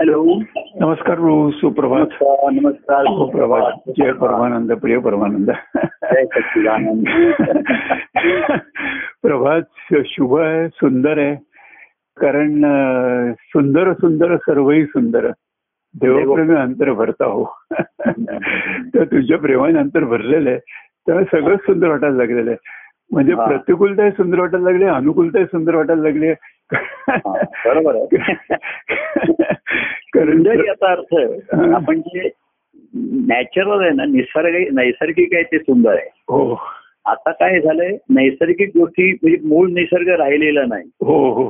Hello नमस्कार भाऊ सुप्रभात नमस्कार नमस्कार सुप्रभात जय परमानंद प्रिय परमानंद जय सच्चिदानंद. प्रभात शुभ आहे सुंदर आहे कारण अं, सुंदर सुंदर सर्वही सुंदर देवप्रेमी अंतर भरता हो तर तुझ्या प्रेमाने अंतर भरलेलं आहे त्यामुळे सगळं सुंदर वाटायला लागलेलं आहे म्हणजे हा. प्रतिकूलताही सुंदर वाटायला लागली अनुकूलताही सुंदर वाटायला लागली हा, बरोबर आहे म्हणजे कारण सुंदर याचा अर्थ हा. आपण जे नॅचरल आहे ना निसर्ग नैसर्गिक आहे ते सुंदर आहे हो आता काय झालंय नैसर्गिक गोष्टी म्हणजे मूळ निसर्ग राहिलेला नाही हो हो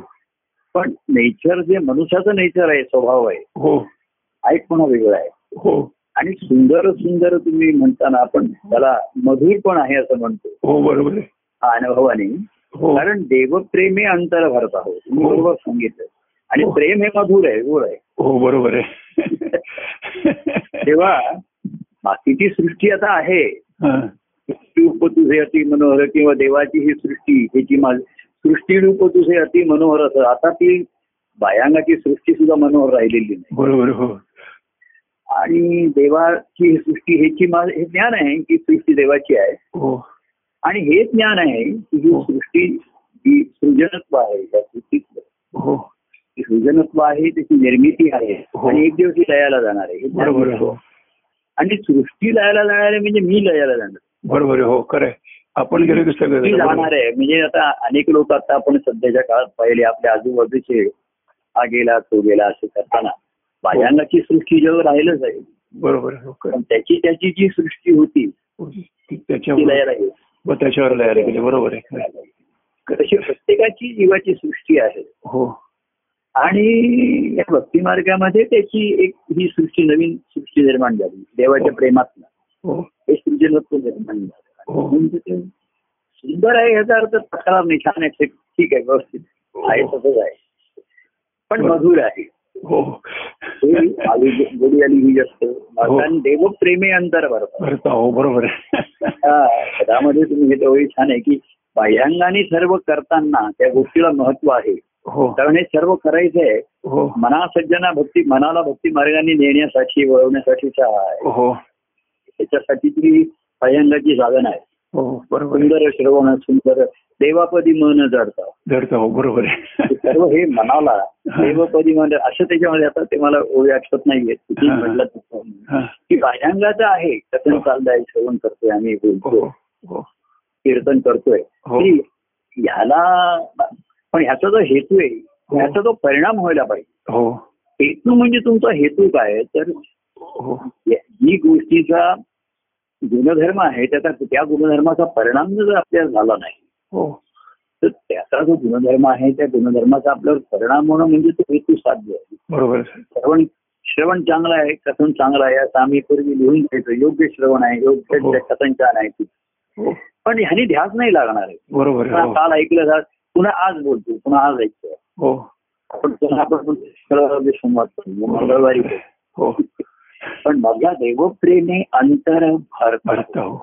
पण नेचर जे मनुष्याचं नेचर आहे स्वभाव आहे हो हा एक पुन्हा वेगळा आहे हो आणि सुंदर सुंदर तुम्ही म्हणताना आपण त्याला मधुर पण आहे असं म्हणतो हो बरोबर आहे हा अनुभवाने हो कारण देवप्रेमी अंतर भरत आहोत हो. बरोबर सांगितलं आणि हो. प्रेम हे मधुर आहे गोड आहे हो बरोबर आहे तेव्हा बाकीची सृष्टी आता आहे हा, सृष्टीरूप तुझे अति मनोहर किंवा देवाची ही सृष्टी ह्याची माझी सृष्टीरूप तुझे अति मनोहर असं आता ती बायांगाची सृष्टी सुद्धा मनोहर राहिलेली नाही बरोबर हो आणि देवाची ही सृष्टी ह्याची माझ हे ज्ञान आहे की सृष्टी देवाची आहे हो आणि हे ज्ञान आहे की ही हो. सृष्टी ही सृजनत्व आहे या सृष्टीतलं हो ही सृजनत्व आहे त्याची निर्मिती आहे हो. आणि एक दिवस ही लयाला जाणार आहे हे ज्ञान बरोबर आहे, आहे. हो आणि सृष्टी लयाला जाणार आहे म्हणजे मी लयाला जाणार बरोबर आहे, हो खरं आहे. आपण गेलो की सगळं मी झालं. जाणार आहे म्हणजे आता अनेक लोक आता आपण सध्याच्या काळात पाहिले आपल्या आजूबाजूचे हा गेला तो गेला असे करताना बायांगाची सृष्टी जग राहिलंच आहे बरोबर आहे, हो खरं पण त्याची त्याची जी सृष्टी होती आहे. ती लया त्याच्यावर राहील व त्याच्यावर लयाला गेले बरोबर आहे खरं आहे. तशी प्रत्येकाची जीवाची सृष्टी आहे हो आणि या भक्तिमार्गामध्ये त्याची एक ही सृष्टी नवीन सृष्टी निर्माण झाली देवाच्या प्रेमात हो हे सृजनत्व निर्माण झालं हो. म्हणजे ते सुंदर आहे याचा अर्थ तक्रार नाही छान आहे ठीक- ठीक आहे व्यवस्थित आहे तसंच आहे पण मधुर आहे हो हे आली गोडी आली ही जास्त कारण देवप्रेमी अंतर भरतात भरता हो बरोबर आहे. त्यामध्ये तुम्ही हे तेवढी छान आहे की बाह्यांगाने सर्व करताना त्या गोष्टीला महत्व आहे हो कारण हे सर्व करायचं आहे हो मना सज्जना भक्ती मनाला भक्ती मार्गाने नेण्यासाठी वळवण्यासाठीचा आहे हो त्याच्यासाठी ती बाह्यांगाची साधन आहे हो बरोबर आहे. सुंदर श्रवण सुंदर देवापदी मन जडता धरता हो बरोबर हे आहे सर्व हे मनाला देवपदी मन असं त्याच्यामध्ये आता ते मला ओळी आठवत नाहीये किती हा. म्हटलं तसं. हा. की बाह्यांगाचं आहे कथन चाललंय श्रवण करतोय आम्ही बोलतो हो हो कीर्तन करतोय हो. की याला पण ह्याचा जो हेतू आहे ह्याचा जो परिणाम व्हायला पाहिजे हो हेतू म्हणजे तुमचा हेतू काय आहे? तर हो या- जी गोष्टीचा गुणधर्म आहे त्याचा त्या गुणधर्माचा परिणाम जर आपल्याला झाला नाही हो तर त्याचा जो गुणधर्म आहे त्या गुणधर्माचा आपल्यावर परिणाम होणं म्हणजे तो हेतू साध्य आहे बरोबर आहे, साहेब. श्रवण श्रवण चांगलं आहे कथन चांगलं आहे असं आम्ही पूर्वी लिहून घ्यायचो योग्य श्रवण आहे हो. योग्य कथन छान आहे हो पण ह्यानी ध्यास नाही लागणार आहे बरोबर आहे पुन्हा हो काल ऐकलं जा पुन्हा आज बोलतो पुन्हा आज ऐकतो हो आपण पुन्हा आपण मंगळवारी संवाद करू मंगळवारी बोलू. हो पण माझ्या देवप्रेमे अंतर भरत भरता हो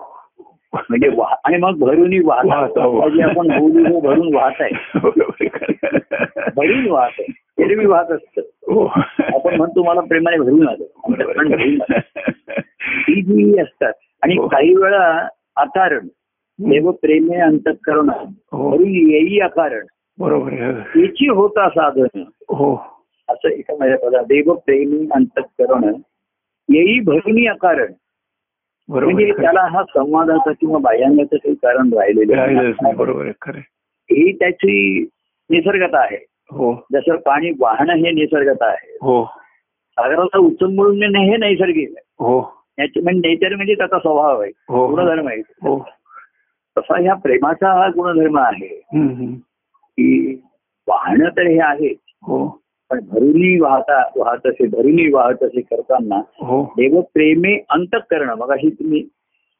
म्हणजे वाह- आणि मग भरूनही वाहत वाहता हो. जे आपण बोलू हे भरून वाहत आहे बरोबर आहे. भरून वाहत आहे एरवी वाहत असतं हो हो. आपण म्हणतो मला प्रेमाने भरून आलं बरोबर अंतःकरण आहे. भरून आलं. ती जी असतात आणि हो. काही वेळा अकारण देव प्रेमे अंतःकरण हो. भरून येई अकारण बरोबर आहे. याची होता साधन हो असं एका माझ्या पदा देव प्रेमी अंतःकरण येई भरून अकारण बरोबर म्हणजे आहे, खरं. त्याला हा संवादाचा किंवा बाह्यांगाचं काही कारण राहिलेलं राहिलंच नाही, नाही. बरोबर आहे खरे ही त्याची निसर्गता आहे हो जसं पाणी वाहणं हे निसर्गता आहे हो सागराला उचम मिळून नेणं हे नैसर्गिक आहे हो याची म्हणजे नेचर म्हणजे त्याचा स्वभाव आहे हो. गुणधर्म आहे हो तसा ह्या प्रेमाचा हा गुणधर्म आहे हम्म, हम्म. की वाहणं तर हे आहे हो पण भरूनही वाहता वाहत असे भरूनही वाहत असे करताना हो देवप्रेमे अंतकरण बघा ही तुम्ही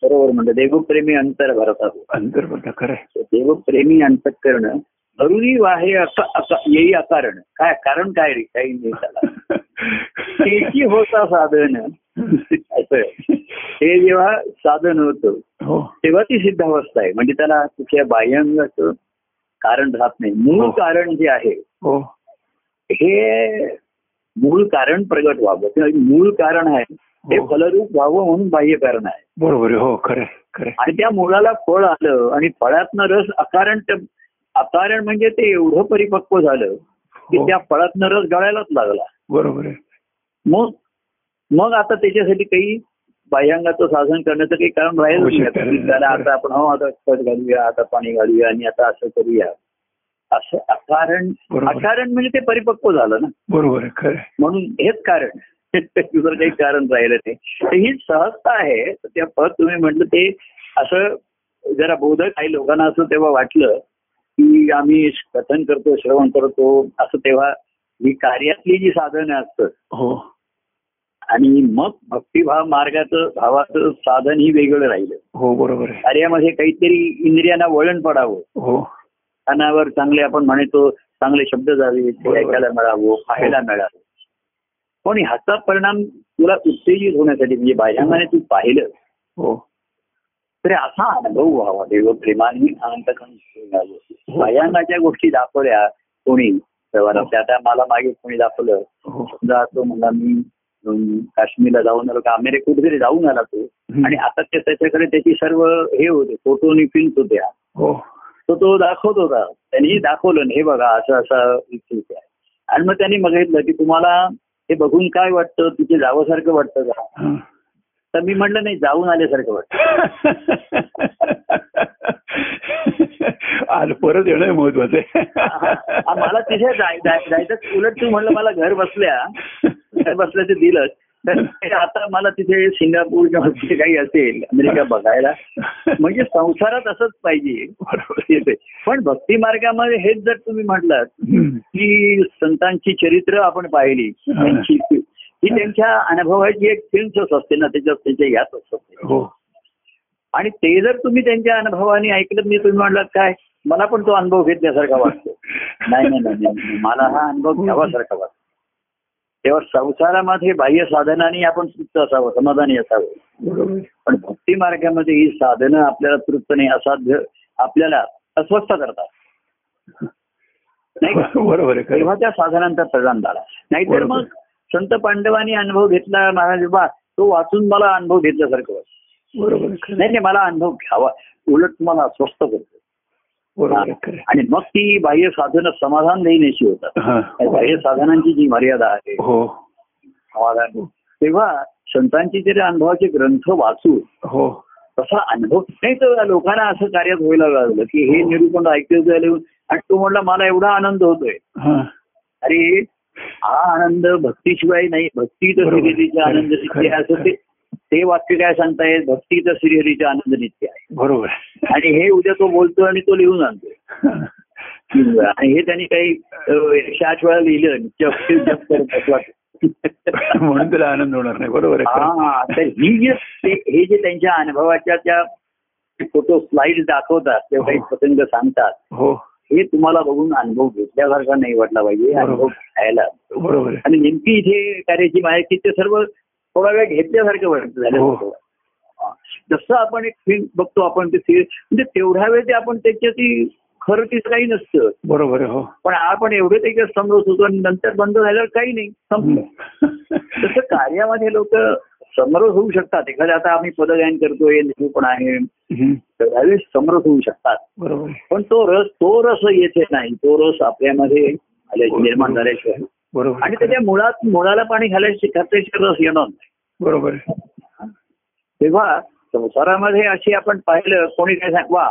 बरोबर म्हणता देवप्रेमे अंतर भरत आहोत अंतर्गत खरंय देवप्रेमी अंतकरण भरूनही वाहे अक- अक- येई अकारण काय कारण काय रे काही नाही त्याला त्याची होता साधन असं आहे. हे जेव्हा साधन होतं हो तेव्हा ती सिद्धावस्था आहे म्हणजे त्याला कुठल्या बाह्यांगाचं कारण राहत नाही मूळ हो. कारण जे आहे हो हे मूळ कारण प्रगट व्हावं ते मूळ कारण आहे हे हो. फलरूप व्हावं म्हणून बाह्य कारण आहे बरोबर आहे. हो खरं आहे, खरं आहे. आणि त्या मुळाला फळ आलं आणि फळातनं रस अकारण ट- अकारण म्हणजे ते एवढं परिपक्व झालं की हो, त्या फळातनं रस गळायलाच लागला बरोबर आहे मग मग आता त्याच्यासाठी काही बाह्यांगाचं साधन करण्याचं काही कारण राहील नाही आवश्यकता आता. नाही. त्याला आता आपण हो आता खत घालूया आता पाणी घालूया आणि आता असं करूया असं अकारण बरोबर. अकारण म्हणजे ते परिपक्व झालं ना बरोबर आहे खरं आहे. म्हणून हेच कारण दुसरं काही कारण राहिलं नाही तर ही सहजता आहे तर त्या पद तुम्ही म्हटलं ते असं जरा बोधक काही लोकांना असं तेव्हा वाटलं की आम्ही कथन करतो श्रवण करतो असं तेव्हा ही कार्यातली जी साधनं असतं हो आणि मग भक्तिभाव मार्गाचं भावाचं साधन ही वेगळं राहिलं हो बरोबर आहे कार्यामध्ये काहीतरी इंद्रियांना वळण पडावं हो कानावर चांगले आपण म्हणतो चांगले शब्द जावे ते बरोबर. हो. ऐकायला मिळावं पाहायला मिळावं पण ह्याचा परिणाम तुला उत्तेजित होण्यासाठी म्हणजे बाह्यांगाने तू पाहिलं हो तर असा अनुभव व्हावा देव प्रेमाने अनंतकांत हो. बाह्यांगाच्या गोष्टी दाखवल्या कोणी व्यवहारात त्या आता मला मागे कोणी दाखवलं हो समजा तो म्हणला मी अं, काश्मीरला जाऊन आलो का अमेरिका कुठेतरी जाऊन आला तो हम्म. आणि आता ते त्याच्याकडे त्याची सर्व हे होते फोटो निफिन्स होत्या हो तो तो दाखवत होता त्यांनी दाखवलं ना, हे बघा असं असं इथे आहे आणि मग त्यांनी बघितलं की तुम्हाला हे बघून काय वाटतं तिथे जावंसारखं वाटतं का हं. तर मी म्हटलं नाही जाऊन आल्यासारखं वाटतं आज परत येणं हे महत्वाचं आहे आ- मला तिथे जाय- जाय- जायचं उलट तू म्हणलं मला घर बसल्या घर बसल्या ते दिलं तर ते आता मला तिथे सिंगापूर किंवा तिथे काही असेल अमेरिका बघायला म्हणजे संसारात असंच पाहिजे बरोबर आहे. येते. पण भक्ती मार्गामध्ये हेच जर तुम्ही म्हटलात हं. की संतांची चरित्र आपण पाहिली त्यांची ही त्यांच्या अनुभवाची एक फिल्मच असते ना त्याच्यात त्यांच्या याच असते हो आणि ते जर तुम्ही त्यांच्या अनुभवाने ऐकलं मी तुम्ही म्हणलात काय मला पण तो अनुभव घेतल्यासारखा वाटतो नाही नाही नाही, नाही मला हा अनुभव घ्यावासारखा वाटतो तेव्हा संसारामध्ये बाह्य साधनाने आपण तृप्त असावं समाधानी असावं बरोबर आहे. पण भक्ती मार्गामध्ये ही साधनं आपल्याला तृप्त नाही असाध्य आपल्याला अस्वस्थ करतात नाही का बरोबर आहे खरं तेव्हा आहे. त्या साधनांचा परिणाम झाला नाहीतर बरोबर. मग संत पांडवांनी अनुभव घेतला महाराज बा तो वाचून मला अनुभव घेतल्यासारखं वाटतं बरोबर आहे खरं आहे. नाही नाही मला अनुभव घ्यावा उलट तुम्हाला अस्वस्थ करतो बरोबर आहे खरं आहे. आणि मग ती बाह्य साधनं समाधान देण्याची होतात हं. बाह्य साधनांची जी मर्यादा आहे हो समाधान तेव्हा संतांची जरी अनुभवाचे ग्रंथ वाचू हो तसा अनुभव नाही तर लोकांना असं कार्यात व्हायला लागलं की हे निरूपण ऐकलं झालं आणि तो म्हणला मला एवढा आनंद होतोय हं. अरे हा आनंद भक्तीशिवाय नाही भक्ती तर बरोबर. श्रीहरीचा आनंद खरं, नित्य आहे. असं खरं. ते ते वाक्य काय सांगतायत भक्ती तर श्रीहरीचा आनंद नित्य आहे बरोबर आहे. आणि हे उद्या तो बोलतोय आणि तो लिहून आणतोय हं. आणि हे त्यांनी काही अं, एकशे आठ वेळा लिहिलं जप जप करत असं वाटतं. म्हणून त्याला आनंद होणार नाही बरोबर आहे खरं आहे. हा तर ही जे ते- हे जे त्यांच्या अनुभवाच्या त्या फोटो स्लाइड दाखवतात किंवा काही हो. प्रसंग सांगतात हो हे तुम्हाला बघून अनुभव घेतल्यासारखा नाही वाटला पाहिजे बरोबर. अनुभव घ्यायला बरोबर आहे आणि नेमकी इथे कार्याची माहिती ते सर्व थोडा वेळ घेतल्यासारखं वाटत हो. झालं हा. जसं आपण एक फिल्म बघतो आपण ते सिरियल म्हणजे तेवढा वेळ ते आपण त्याच्याती खरं तिचं काही नसतं बरोबर आहे हो पण आपण एवढे त्याच्यात समजत होतो आणि नंतर बंद झाल्यावर काही नाही संपलं हं. तसं कार्यामध्ये लोक समरस होऊ शकतात एखाद्या आता आम्ही पदगायन करतोय निरूपण आहे हं. त्यावेळेस समरस होऊ शकतात बरोबर आहे. पण तो रस तो रस येथे नाही तो रस आपल्यामध्ये आल्याशिवाय निर्माण झाल्याशिवाय बरोबर आणि आहे त्याच्या मुळात मुळाला पाणी घालायची खात्याची रस येणार नाही. बरोबर आहे तेव्हा संसारामध्ये अशी आपण पाहिलं कोणी काय सांग वा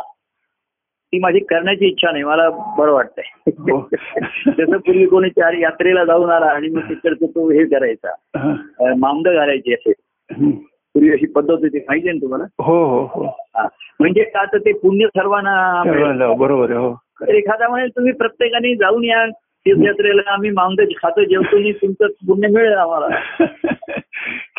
ती माझी करण्याची इच्छा नाही मला बरं वाटतंय हो. जसं पूर्वी कोणी चार यात्रेला जाऊन आला आणि मग तिकडचं तो हे करायचा हं. अं, मामद घालायची असे हं. पूर्वी अशी पद्धत होती माहिती आहे ना तुम्हाला हो हो हो हा. म्हणजे का तर ते पुण्य सर्वांना मिळेल. सर्वांना बरोबर आहे हो तर एखादा म्हणेल तुम्ही प्रत्येकाने जाऊन या तीर्थयात्रेला आम्ही मामद खातो जेवतो आणि तुमचं पुण्य मिळेल आम्हाला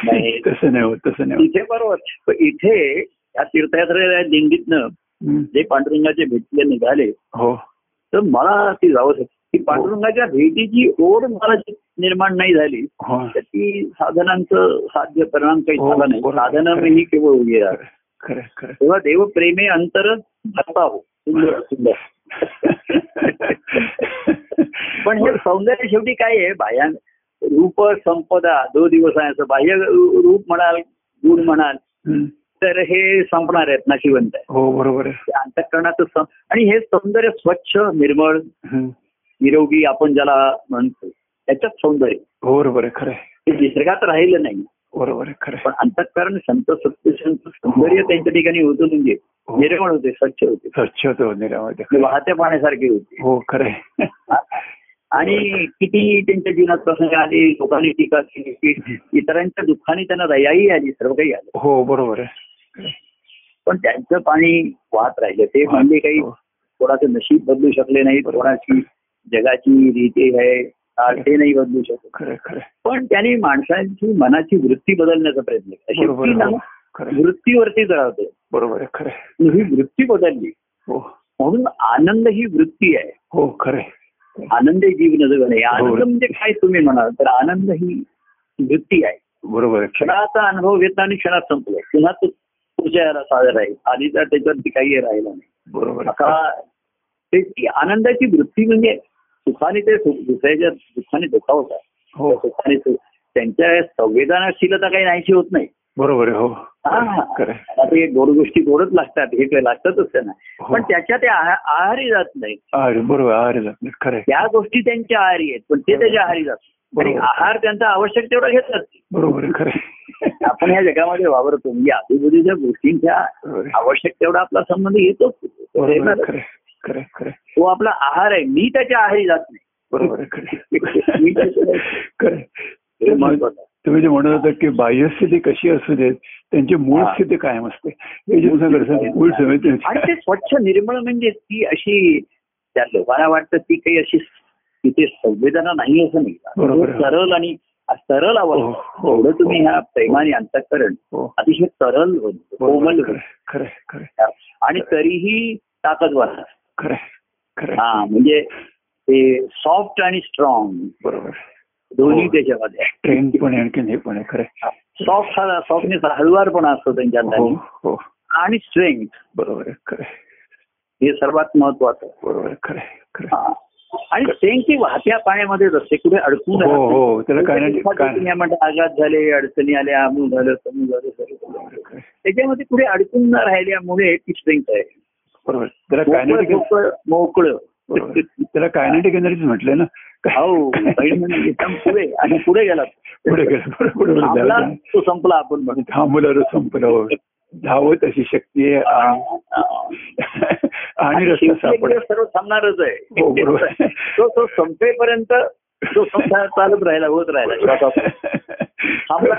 नाही. तसं नाही होत तसं नाही होत इथे बरोबर पण इथे या तीर्थयात्रेला दिंडीतनं हं. जे पांडुरंगाचे भेटीला निघाले हो तर मला ती जावं ती पांडुरंगाच्या भेटीची ओढ मला जी निर्माण नाही झाली हो तर ती साधनांचं साध्य परिणाम काही हो, झाला नाही बरोबर. साधनं ही केवळ उभी राहत खरं आहे, खरं आहे. तेव्हा देव प्रेमे अंतर भरता हो सुंदर सुंदर पण हे सौंदर्य शेवटी काय आहे बाह्यां रूप संपदा दो दिवस आहे असं बाह्य रू- रूप म्हणाल गुण म्हणाल हम्म. तर हे संपणार आहेत नाशिवंत आहे हो बरोबर आहे ते अंतःकरणाचं सं- आणि हे सौंदर्य स्वच्छ निर्मळ हम्म. निरोगी आपण ज्याला म्हणतो त्याच्यात सौंदर्य हो बरोबर आहे खरं आहे हे निसर्गात राहिलं नाही बरोबर आहे खरं आहे पण अंतःकरण संत सत्पुरुषांचं सौंदर्य त्यांच्या ठिकाणी होतं म्हणजे हो. निर्मळ होते स्वच्छ होते स्वच्छ होतो निरामध्ये ते वाहत्या पाण्यासारखे होते हो खरं आहे आणि किती त्यांच्या जीवनात प्रसंग आले लोकांनी टीका केली की इतरांच्या दुःखाने त्यांना दयाही आली सर्व काही आलं हो बरोबर आहे पण त्यांचं पाणी वाहत राहिलं ते म्हणजे काही हो. कोणाचं नशीब बदलू शकले नाही कोणाची जगाची रीती आहे काळ ते नाही बदलू शकत खरं आहे, खरं आहे. पण त्याने माणसांची मनाची वृत्ती बदलण्याचा प्रयत्न केला बरोबर शेवटी आहे, ना हो. खरं आहे. वृत्तीवरती जळवते बरोबर आहे खरं आहे. ही वृत्ती बदलली हो म्हणून आनंद ही वृत्ती आहे हो खरं आहे. आनंद ही जीवन जगणे आनंद बरोबर. म्हणजे काय तुम्ही म्हणाल तर आनंद ही वृत्ती आहे बरोबर आहे खरं आहे. क्षणाचा अनुभव घेतला आणि क्षणात संपलं पुन्हा तो पुढच्या याला सादर आहे आधीचा त्याच्यावरती काही राहिला नाही बरोबर आहे. आता ते ती आनंदाची वृत्ती म्हणजे सुखाने ते सुख दुसऱ्याच्या दुःखाने दुखावतात हो सुखाने सुख त्यांच्या संवेदनाशीलता काही नाहीशी होत नाही बरोबर आहे हो हा. खरं आहे. आता हे दोन गोष्टी थोडंच लागतात हे काही लागतातच त्यांना हो. पण त्याच्या ते आहा- आहारी जात नाही अरे बरोबर आहे. अरे जात नाही. खरं आहे. त्या गोष्टी त्यांच्या आहारी आहेत पण ते त्याच्या आहारी जात नाही. आणि बरोबर. आहार त्यांचा आवश्यक तेवढा घेतात ते. बरोबर आहे खरं आहे. आपण या जगामध्ये वावरतो म्हणजे आजूबाजूच्या गोष्टींच्या बरोबर आहे. आवश्यक तेवढा आपला संबंध येतोच बरोबर आहे खरं आहे. खरं आहे, खरं आहे. तो आपला आहार आहे मी त्याच्या आहारी जात नाही बरोबर आहे खरं मी आहे. त्याच्या- खरं आहे. हे महत्वाचं आहे. तुम्ही जे म्हणत होता की बाह्यस्थिती कशी असू देत त्यांची मूळ हा. स्थिती कायम असते हे जे तुम्ही सांगितलं, मूळ आणि समिती ते स्वच्छ निर्मळ म्हणजे ती अशी त्या लोकांना वाटतं ती काही अशी तिथे संवेदना नाही असं बरोबर नाही आहे. सरळ आणि सरळ आवाज हो, हो. एवढं तुम्ही ह्या प्रेमाने अंतकरण हो. अतिशय सरल होतं, कोमल बरोबर, होतं. खरं आहे, खरं आहे, खरं आहे, आणि तरीही ताकदवार असतं. खरं आहे, खरं आहे. हा म्हणजे ते सॉफ्ट आणि स्ट्रॉंग बरोबर दोन्ही हो. त्याच्यामध्ये ट्रेन पण आहे आणखीन हे पण आहे खरं आहे. सॉफ्ट हा सॉफ्टनेस हळूवारपणा असतो त्यांच्या हो अंगाने. हो आणि स्ट्रेंथ बरोबर आहे खरं आहे, हे सर्वात महत्वाचं बरोबर आहे, खरं आहे, खरं आहे. हा. आणि स्ट्रेंथ ती वाहत्या पाण्यामध्येच असते कुठे अडकून हो राहत हो त्याला काय नाही. नाही काय तुम्ही म्हणता आघात झाले अडचणी आल्या अमू झालं समू झालं सगळं झालं. बरोबर आहे, त्याच्यामध्ये कुठे अडकून न राहिल्यामुळे ती स्ट्रेंथ आहे बरोबर आहे. त्याला मोकळं- कायनेटिक मोकळं- मोकळं बरोबर आहे. त्याला कायनेटिक एनर्जीच म्हटलंय ना हो बहीण म्हणजे एकदम पुढे आणि पुढे गेला पुढे गेलं बरोबर, बरोबर आपला त्याला- तो संपला आपण म्हणून थांबवलं संपलं धावत अशी शक्ती आहे आणि- आणि आणि शेवटी रस्ता एक सापड दिवस सर्व थांबणारच हो, बरोबर. आहे तो तो संपेपर्यंत तो संसार चालत राहिला होत राहिला श्वासापर्यंत. थांबला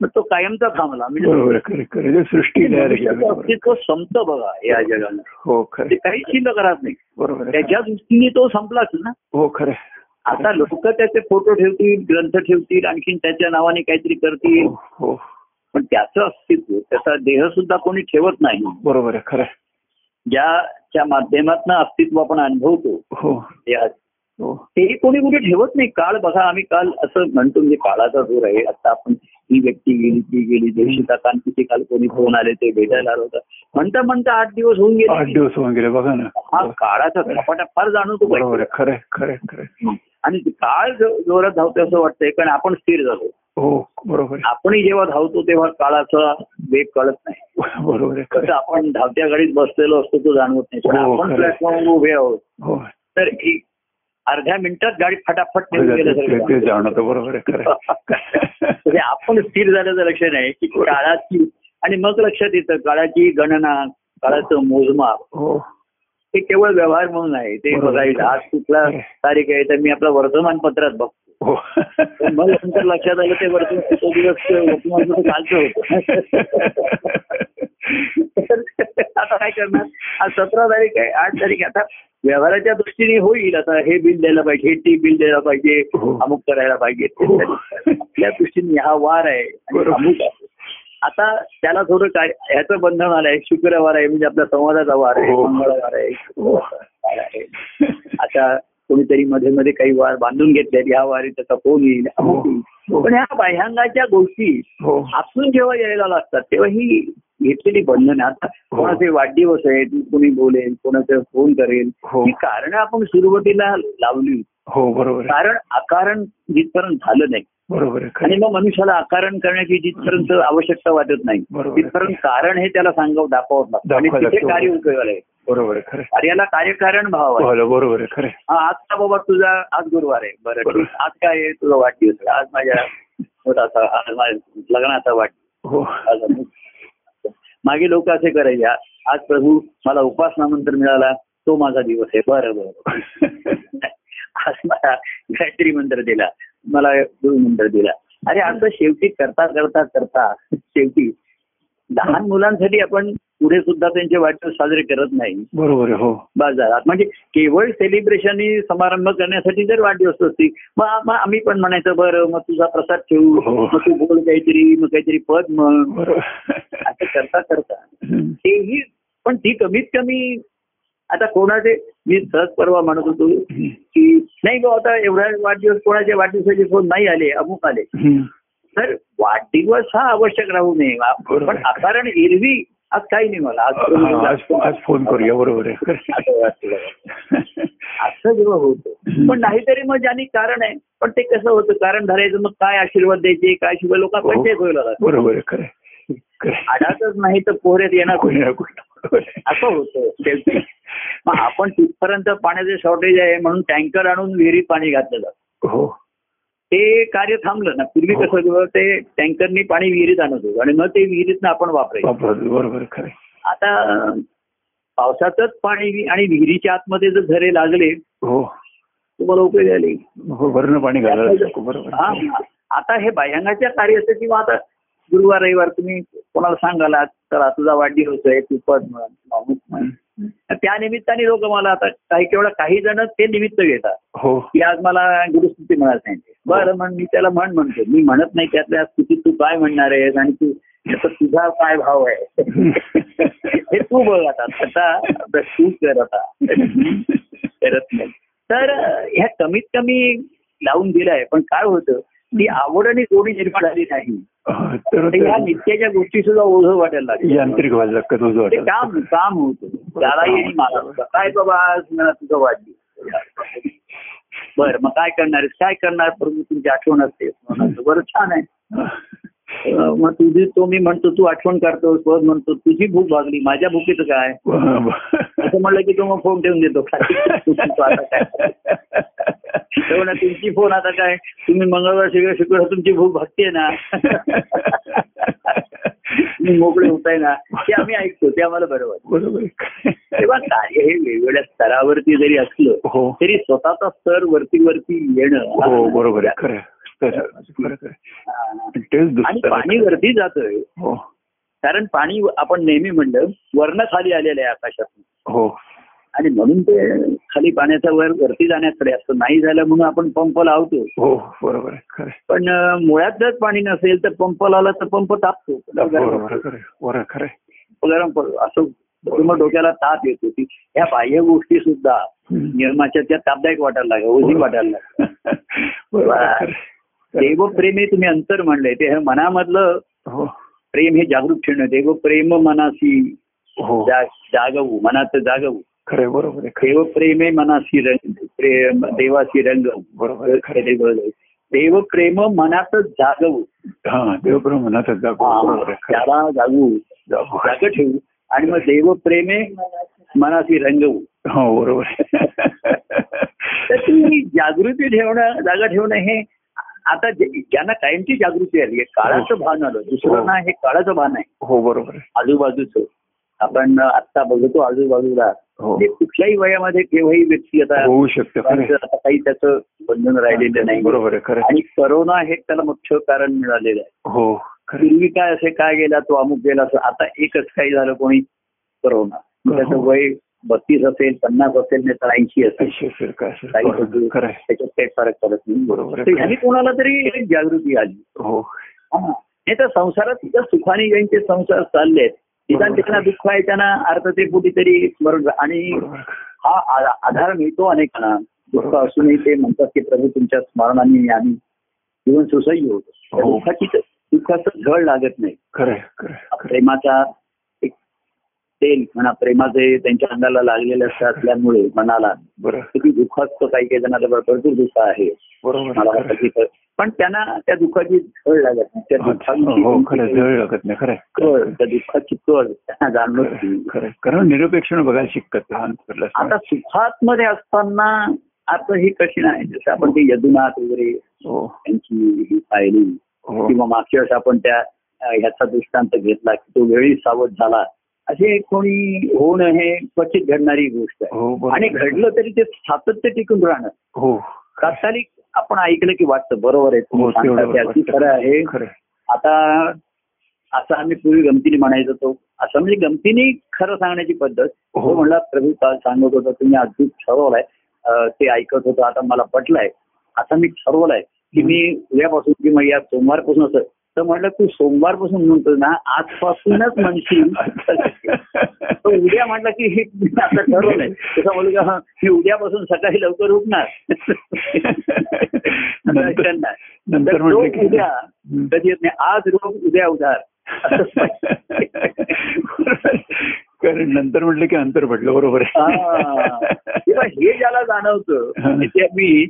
मग तो कायमचा थांबला म्हणजे बरोबर खरं खरं ते सृष्टी तयार केली. मनुष्याचं अस्तित्व संपत बघा या जगाला हो ते खरं काही शिल्लक राहत नाही बरोबर आहे. त्याच्या दृष्टीने तो संपलाच ना हो खरं आता लोक त्याचे फोटो ठेवतील ग्रंथ ठेवतील आणखीन त्याच्या नावाने काहीतरी करतील हो, हो पण त्याचं अस्तित्व त्याचा देह सुद्धा कोणी ठेवत नाही बरोबर आहे खरं ज्याच्या माध्यमातून अस्तित्व आपण अनुभवतो हो देहात हो ते कोणी कुठे ठेवत नाही काळ बघा आम्ही काल असं म्हणतो म्हणजे काळाचा जोर आहे आता आपण ही व्यक्ती गेली ती गेली देशीचा काल किती काल कोणी फोन आले ते भेटायला आलं होतं म्हणता म्हणता आठ दिवस होऊन आठ गेले दिवस होऊन गेले बघा ना हा काळाचा झपाटा फार जाणवतो बरोबर पाहिजे आहे खरं खरं खरं आणि काळ जो- जोरात धावतो असं वाटतंय कारण आपण स्थिर झालो हो बरोबर आहे. आपणही जेव्हा धावतो तेव्हा काळाचा वेग कळत नाही बरोबर आहे कसं खरं आपण धावत्या गाडीत बसलेलो असतो तो जाणवत नाही पण हो, आपण खरं. प्लॅटफॉर्मवर उभे आहोत हो तर एक अर्ध्या मिनिटात गाडी फटाफट निघून ते- हो, ते ते गेल्यासारखी जाणवतं बरोबर आहे खरं आहे. म्हणजे आपण स्थिर झाल्याचं लक्ष नाही की काळाची आणि मग लक्षात येतं काळाची गणना काळाचं मोजमाप हो हे केवळ व्यवहार म्हणून आहे ते बरोबर. बघायला आज कुठला तारीख आहे तर मी आपल्या वर्तमानपत्रात बघतो हो पण मग नंतर लक्षात आलं ते वर्तमान तो दिवस वर्तमानपत्र कालचं होतं आता काय करणार आज सतरा तारीख आहे आठ तारीख आहे. आता व्यवहाराच्या दृष्टीने होईल आता हे बिल द्यायला पाहिजे हे टी बिल द्यायला पाहिजे हो. अमुक करायला पाहिजे हो. त्या दृष्टीने हा वार आहे आणि बरोबर. अमुक आहे आता त्याला थोडं काय ह्याचं बंधन आलंय शुक्रवार आहे म्हणजे आपल्या संवादाचा वार आहे हो. मंगळवार आहे हो. वार आहे आता कोणीतरी मध्ये मध्ये काही वार बांधून घेतले ह्या वारी त्याचा फोन येईल अमुक येईल. हो. पण ह्या बाह्यांगाच्या गोष्टी हो आतून जेव्हा यायला लागतात तेव्हा ही घेतलेली बंधन आता हो. कोणाचे वाढदिवस आहेत कोणी बोलेल कोणाचं फोन करेल हो. ही कारणं आपण सुरुवातीला लावली हो बरोबर आहे. कारण आकारण जिथपर्यंत झालं नाही बरोबर आहे आणि खरं मग मनुष्याला आकारण करण्याची जिथपर्यंत आवश्यकता वाटत नाही बरोबर. तिथपर्यंत कारण हे त्याला सांगावं दाखवावं लागतं आणि दाखवावं तिथे लागतं. कार्य उपयोगाला येतं. बरोबर आहे खरं कार्याला कार्यकारण भाव आहे हो, बरोबर आहे खरं हा, आजचा बाबा तुझा आज गुरुवार आहे बरं बरोबर. ठीक. आज काय आहे तुझा वाढदिवस आहे. आज माझ्या मुलाचा आज माझ्या लग्नाचा वाढ हो आज अमुक. मागे लोक असे करायचे आ- आज प्रभू मला उपासना मंत्र मिळाला तो माझा दिवस आहे बरं बरं आज मला गायत्री मंत्र दिला मला गुरु मंत्र दिला अरे आता शेवटी करता करता करता शेवटी लहान मुलांसाठी आपण पुढे सुद्धा त्यांचे वाढदिवस साजरे करत नाही बरोबर आहे हो बाजारात म्हणजे केवळ सेलिब्रेशन समारंभ करण्यासाठी जर वाढदिवस असतील मग आ- मग आम्ही पण म्हणायचं बरं मग तुझा प्रसाद ठेवू हो. मग तू बोल काहीतरी मग काहीतरी पद म्हण बरोबर असं करता करता हम्म. तेही पण ती कमीत कमी आता कोणाचे मी सहज परवा म्हणत होतो की नाही बाबा आता एवढ्या वाढदिवस कोणाच्या वाढदिवसाचे फोन नाही आले अमुक आले हम्म. तर वाढदिवस हा आवश्यक राहू नये बरोबर. पण कारण एरवी आज काही नाही मला हा, आज आज आज फोन करूया बरोबर आहे खरं असं वाटलं. असं जेव्हा होतं पण नाहीतरी मग ज्यांनी कारण आहे पण ते कसं होतं कारण धरायचं मग काय आशीर्वाद द्यायचे काय शिवाय लोक हो. पंचायत व्हायला लागतात बरोबर आहे खरं आहे. खरं आहे. आडातच नाही तर पोहऱ्यात येणार कोणी. कोणी ना कोणी बरोबर आहे. असं होतं शेवटी मग आपण तिथपर्यंत पाण्याचं शॉर्टेज आहे म्हणून टँकर आणून विहिरीत पाणी घातलं जातं हो ते कार्य थांबलं ना पूर्वी कसं होतं ते टँकरनी पाणी विहिरीत आणत होतो आणि मग ते विहिरीतनं आपण वापरायचं वापरतो बरोबर आहे, खरं आहे. आता पावसाचंच पाणी वि- आणि विहिरीच्या आतमध्ये जर झरे लागले हो तुम्हाला उपयोग झाले हो भरणं पाणी घालायला लागतं. बरोबर हा, आहे. आता हे बाह्यांगाच्या कार्याचं किंवा आता गुरुवार रविवार तुम्ही कोणाला सांगाल आज चला तुझा वाढदिवस आहे तू पद म्हण किंवा अमुक म्हण तर त्या निमित्ताने लोक मला आता काही केवळ काही जण ते निमित्त घेतात हो की आज मला गुरुस्तुती म्हणायला सांगितली बरं मग मी त्याला म्हण म्हणतो मी म्हणत नाही त्यातल्या स्तुती तू काय म्हणणार आहेस आणि तू त्याचा तुझा काय भाव आहे हे तू बघ आता आता अभ्यास तू कर आता करत नाही तर अं, ह्या कमीत कमी लावून दिलाय पण काय होतं ती आवड आणि जोडी निर्माण झाली नाही हा, तर तर ह्या नित्याच्या गोष्टी सुद्धा ओझं वाटायला लागलं यांत्रिक व्हायला लागतं तुझं ते वाटत काम काम होतं त्याला येईल मला होतं. काय बाबा आज मला तुझं वाढली बर मग काय करणार आहेस? काय करणार परंतु तुमची आठवण असते म्हणायचं, बरं छान आहे अं, मग तुझी तो मी म्हणतो तू आठवण करतोस बरं म्हणतो तुझी भूक भागली माझ्या भूकेचं काय असं म्हणलं की तो मग फोन ठेवून देतो तू आता काय तेव्हा ना तुमची फोन आता काय तुम्ही मंगळवार शुक्रवार शुक्रवार तुमची भूक भागते ना तुम्ही मोकळे होताय ना ते आम्ही ऐकतो ते आम्हाला बरोबर बरोबर आहे. तेव्हा कार्य हे वेगवेगळ्या स्तरावरती जरी असलं हो तरी स्वतःचा स्तर वरती वरती येणं हो बरोबर आहे खरं आहे. खरं आहे. खरं आहे. हा. तेच आणि दुसरं पाणी वरती जातोय हो कारण पाणी आपण नेहमी म्हणलं वर्ण खाली आलेलं आहे आकाशातून हो आणि म्हणून ते खाली पाण्याचा वर वरती जाण्याकडे असतं नाही झालं म्हणून आपण पंप लावतो हो बरोबर आहे खरं आहे. पण अं, मुळात जर पाणी नसेल तर पंप लावला तर पंप तापतो बरोबर आहे, खरं आहे. बरोबर आहे, खरं आहे. गरम पडतो असं मग डोक्याला ताप येतो ती ह्या बाह्य गोष्टी सुद्धा हम्म. निर्माच्या त्या तापदायक वाटायला लागल्या हो. ओझी वाटायला लागल्या बरोबर आहे, खरं आहे. देवप्रेम हे तुम्ही अंतर म्हणलंय ते हे मनामधलं हो प्रेम हे जागरूक ठेवणं देवप्रेम मनासी हो जा- जागवू मनाचं जागवू खरं आहे, बरोबर आहे खरं आहे. देवप्रेम हे मनासी रंग प्रेम देवासी रंग बरोबर आहे, खरं आहे. देवप्रेम मनाचं जागवू हा देवप्रेम मनाचा जागो बरोबर आहे, खरं आहे. त्याला जागवू जागो. जाग ठेवू आणि मग देवप्रेम हे मनासी रंगवू हो बरोबर आहे. तर ती जागृती ठेवणं जागा ठेवणं हे आता जे- ज्यांना कायमची जागृती आली आहे काळाचं भान आलं दुसरं ना हे काळाचं भान आहे हो बरोबर आहे. आजूबाजूचं आपण आता बघतो आजूबाजूला हो ते कुठल्याही वयामध्ये केव्हाही व्यक्ती आता होऊ शकतं खरं आहे. त्यांचं आता काही त्याचं बंधन राहिलेलं नाही बरोबर आहे खरं आहे. आणि करोना हे त्याला मुख्य कारण मिळालेलं आहे हो खरं आहे. पूर्वी काय असे काय गेला तो अमुक गेला असं आता एकच काही झालं कोणी करोना हो. त्याचं वय बत्तीस असेल पन्नास असेल नाही तर ऐंशी असेल ऐंशी असेल काय असेल काही बरोबर आहे, खरं आहे. त्याच्यात काही फरक पडत नाही बरोबर आहे, तर खरं आहे. ह्यानी कोणाला तरी एक जागृती आली हो हा. नाही तर संसारात तिथं सुखाने ज्यांचे संसार चालले आहेत निदान बरोबर. त्यांना दुःख आहे त्यांना अर्थ ते कुठेतरी स्मरण रा- आणि बरोबर आहे. हा आ- आधार मिळतो अनेकांना दुःख बरोबर. असूनही ते म्हणतात की प्रभू तुमच्या स्मरणाने आम्ही जीवन सुसह्य होतो त्या हो. दुःखाची दुःखाचं झळ लागत नाही खरं आहे, खरं आहे, खरं आहे. प्रेमाचा एक तेल म्हणा प्रेमाचे त्यांच्या अंगाला लागलेले असं असल्यामुळे मनाला बरं किती दुःख असतं काही काही जणाला भर- भरपूर दुःख आहे मला बरोबर वाटतं की तर- पण त्यांना त्या दुःखाची झळ लागत नाही त्या दुःखाची हो खरं जळ लागत नाही खरं आहे. कळ त्या दुःखाची कळ त्यांना जाणवत खरं आहे, नाही. खरं आहे. कारण निरपेक्षण बघायला शिकतात लहान मुलं आता सुखात मध्ये असताना आता हे कठीण आहे जसं आपण ते यदुनाथ वगैरे हो त्यांची ही पाहिली हो किंवा मागच्या वेळेस आपण त्या अ, ह्याचा दृष्टांत घेतला की तो वेळी सावध झाला असे कोणी होणं हे क्वचित घडणारी गोष्ट आहे हो बरोबर. आणि घडलं तरी ते सातत्य टिकून राहणं हो तात्कालिक आपण ऐकलं की वाटतं बरोबर आहे हो तुम्ही सांगता ते अगदी खरं आहे खरं आहे. आता असं आम्ही पूर्वी गमतीने म्हणायचो तो असं म्हणजे गमतीने खरं सांगण्याची पद्धत हो. तो म्हणला प्रभू काल सांगत होता तुम्ही अगदी ठरवलाय अं, ते ऐकत होतं आता मला पटलंय आता मी ठरवलंय की मी उद्यापासून किंवा या सोमवारपासून असं तर म्हटलं तू सोमवारपासून म्हणतो ना आजपासूनच म्हणशील तर उद्या म्हटलं की हे मी आता ठरवलंय तसं म्हणलं की हा, मी उद्यापासून सकाळी लवकर उठणार असं नंतर- करणार. नंतर तर म्हणलं रोज की उद्या हं. कधी येत नाही आज रोग उद्या उधार असं कारण नंतर म्हटलं की अंतर पडलं बरोबर हा. आहे तेव्हा हे ज्याला जाणवतं हा. त्याच्या मी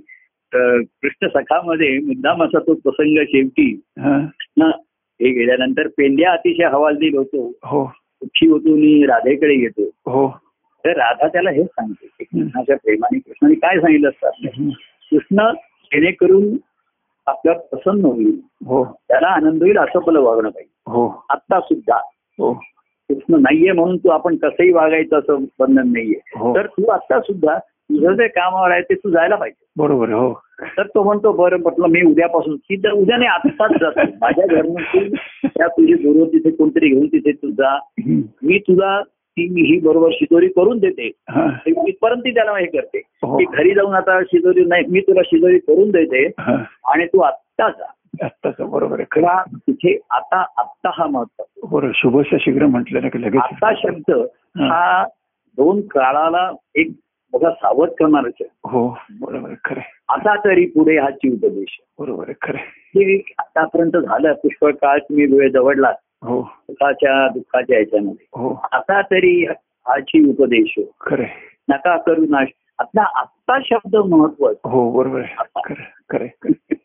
अं, कृष्ण सखामध्ये मुद्दाम असा तो प्रसंग शेवटी हा. ना हे गेल्यानंतर पेंड्या अतिशय हवालदिल होतो हो दुःखी होतो आणि राधेकडे येतो हो तर राधा त्याला हेच सांगते की हं. कृष्णाच्या प्रेमाने कृष्णाने काय सांगितलं असतं आपल्याला? हं. कृष्ण जेणेकरून आपल्याला प्रसन्न होईल हो त्याला आनंद होईल असं आपलं वागणं पाहिजे हो आत्ता सुद्धा हो कृष्ण नाहीये म्हणून तू आपण कसंही वागायचं असं बंधन नाहीये हो. तर तू आता सुद्धा तुझं जे कामावर आहे ते तू जायला पाहिजे बरोबर आहे, हो तर तो म्हणतो बरं म्हटलं मी उद्यापासून ती तर उद्या नाही आत्ताच जातो माझ्या घरून तू त्या तुझी गुरु तिथे कोणतरी घेऊन तिथे तू जा हं. मी तुला ती मी ही बरोबर शिदोरी करून देते हा. परंतु ती त्याला हे करते हो. की घरी जाऊन आता शिदोरी नाही मी तुला शिदोरी करून देते हा. आणि तू आत्ता जा आत्ताच बरोबर आहे खरं तेव्हा तिथे आता आत्ता हा महत्व बरोबर शुभस्य शीघ्र म्हटलं ना की लगेच आत्ता शब्द हा दोन काळाला एक बघा सावध करणारच आहे हो बरोबर आहे, खरं आहे. आता तरी पुढे हा उपदेश बरोबर आहे, खरं आहे. हे आतापर्यंत झालं पुष्कळ काळ तुम्ही वेळ जवळला हो सुखाच्या दुःखाच्या याच्यामध्ये हो आता तरी हाची उपदेश हो. खरं आहे. नका करू नाश आता आत्ता शब्द महत्वाचा हो बरोबर आहे खरं खरं आहे, खरं आहे.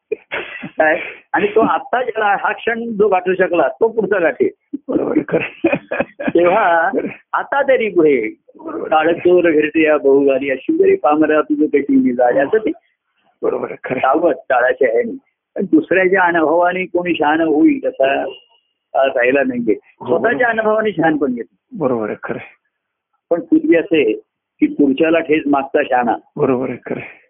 काय आणि तो आत्ता ज्याला हा क्षण जो गाठू शकला तो पुढचा गाठे बरोबर आहे, खरं आहे. तेव्हा खरं आहे. आता तरी पुढे काळचोर घरते या बहुगाली अशी जरी पामरा तुझं कशी निघाली असं ते बरोबर आहे, खरं आहे. सावध काळाचे आहे मी. पण दुसऱ्याच्या अनुभवाने कोणी शहाण होईल तसा काळ राहिला नाहीये स्वतःच्या अनुभवाने शहाण पण घेत बरोबर आहे, खरं आहे. पण पूर्वी असे की पुढच्याला ठेस मागचा शहाणा बरोबर आहे, खरं आहे.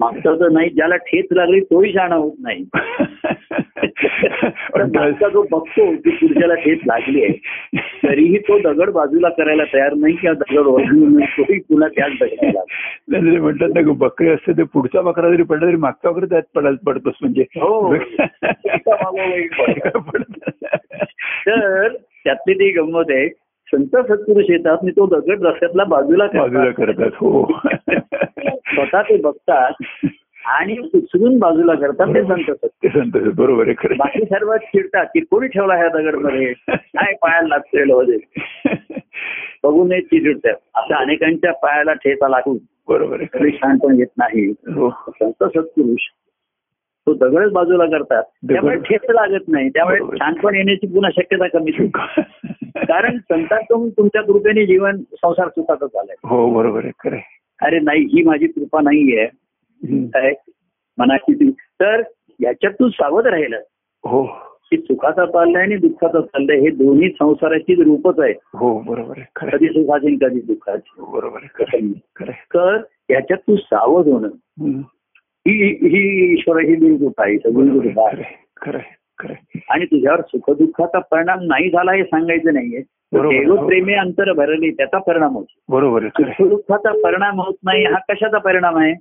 मागचा तर नाही ज्याला ठेच लागली तोही शहाणा होत नाही तर मागचा जो बघतो की पुढच्याला ठेच लागली आहे तरीही तो दगड बाजूला करायला तयार नाही किंवा दगड ओळखून तोही पुन्हा त्याच दगडाला लागतो. नाही, नाही, म्हणतात ना की बकरी असते ते पुढचा बकरा जरी पडला तरी मागचा बकरा त्यात पडायला पडतोस म्हणजे हो. एका मागोमाग एक पडतो. तर त्यातली ती गंमत आहे संत सत्पुरुष येतात आणि तो दगड रस्त्यातला बाजूला बाजूला करतात करतात हो स्वतः ते बघतात आणि उचलून बाजूला करतात ते संत सत्पुरुष ते संत बरोबर आहे खरं आहे. बाकी सर्व चिडतात की कोणी ठेवला ह्या दगड मध्ये काय पायाला लागलेलं वगैरे बघून चिडतात असं अनेकांच्या पायाला ठेचा लागून बरोबर आहे खरं कधी शांत पण येत नाही आहे. हो संत सत्पुरुष तो दगडच बाजूला करतात त्यामुळे ठेच लागत नाही त्यामुळे बरोबर. शांत पण येण्याची पुन्हा शक्यता कमीच होती. कारण संतातून तुमच्या कृपेने जीवन संसार सुखाचा झालाय हो बरोबर आहे खरं आहे. अरे नाही ही माझी कृपा नाहीये हं. काय मनाची ती तर याच्यात तू सावध राहिलं हो की सुखाचा चाललाय आणि दुःखाचा चाललाय हे दोन्ही संसाराचीच रूपच आहे हो बरोबर आहे खरं आहे. कधी सुखाची आणि कधी दुःखाची बरोबर आहे खरं आहे. खरं आहे. तर याच्यात तू सावध होणं हं. ही ही ईश्वर ही गुरुकृपा आहे सगळी बरोबर आहे, गुरुकृपा खरं आहे. आहे. खरं आहे. खरं आहे. आणि तुझ्यावर सुखदुःखाचा परिणाम नाही झाला हे सांगायचं नाहीये बरोबर. देव प्रेमी अंतर भरले त्याचा परिणाम होतो बरोबर आहे खरं आहे. सुखदुःखाचा परिणाम होत नाही हा कशाचा परिणाम आहे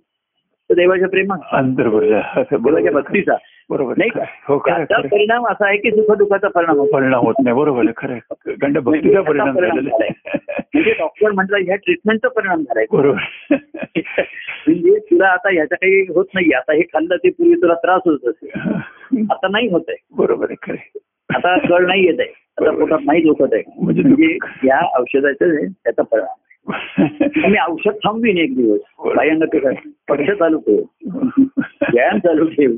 तर देवाच्या प्रेमाचा अंतर्बल असं बरोबर देवाच्या आहे. भक्तीचा बरोबर नाही आहे. का हो खरं आहे, त्याचा खरं आहे. परिणाम असा आहे की सुखदुःखाचा परिणाम होतो परिणाम होत नाही बरोबर आहे खरं आहे. कारण त्या भक्तीचा त्याचा परिणाम परिणाम झालेला आहे. म्हणजे डॉक्टर म्हटलं ह्या ट्रीटमेंटचा परिणाम झालाय बरोबर म्हणजे तुला आता ह्याचा काही होत नाही आता हे खाल्लं ते पूर्वी तुला त्रास होत असेल आता नाही होत आहे बरोबर आहे खरं आहे. आता कळ नाही येत आहे आता पोटात नाही दुखत आहे म्हणजे म्हणजे दुख- या औषधाचं हे त्याचा परिणाम मी औषध थांबवीन एक दिवस बरोबर. भयानक पक्ष चालू ठेव व्यायाम चालू ठेव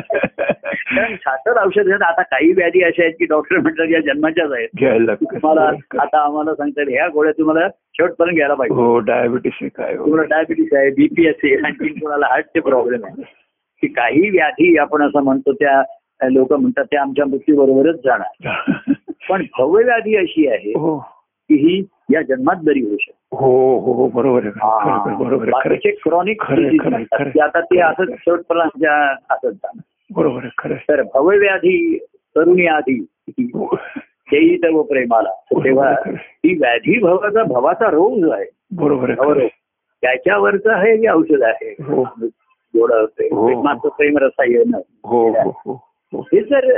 कारण सातच औषध घेत आता काही व्याधी अशा आहेत की डॉक्टर म्हणतात या जन्माच्याच आहेत घ्यायला लागतं. तुम्हाला आता आम्हाला सांगतात ह्या गोळ्या तुम्हाला शेवटपर्यंत घ्यायला पाहिजे हो डायबिटीस आहे काय हो तुम्हाला डायबिटीस आहे बीपी असेल आणखी कोणाला हार्टचे प्रॉब्लेम आहे की काही व्याधी आपण असं म्हणतो त्या लोक म्हणतात त्या आमच्या मृत्यूबरोबरच जाणार पण भवव्याधी अशी आहे हो की ही या जन्मात बरी होऊ शकते हो हो हो, बरोबर आहे बरोबर बरोबर आहे. खरं बाकीचे क्रॉनिक खरं आहे, खरं आहे, खरं आहे. आता ते असंच शेवटपर्यंत ज्या- असंच जाणार. बरोबर आहे खरं आहे. तर भवव्याधी तरुणी आधी हो. तेही तर प्रेमाला तेव्हा ही व्याधी भवाचा भवाचा रोग आहे बरोबर आहे खरं बरोबर आहे. त्याच्यावरचं हे जे औषध आहे हो. गोड असते हो. प्रेमाचं प्रेम रसा येणं हो हो हो हो हे जर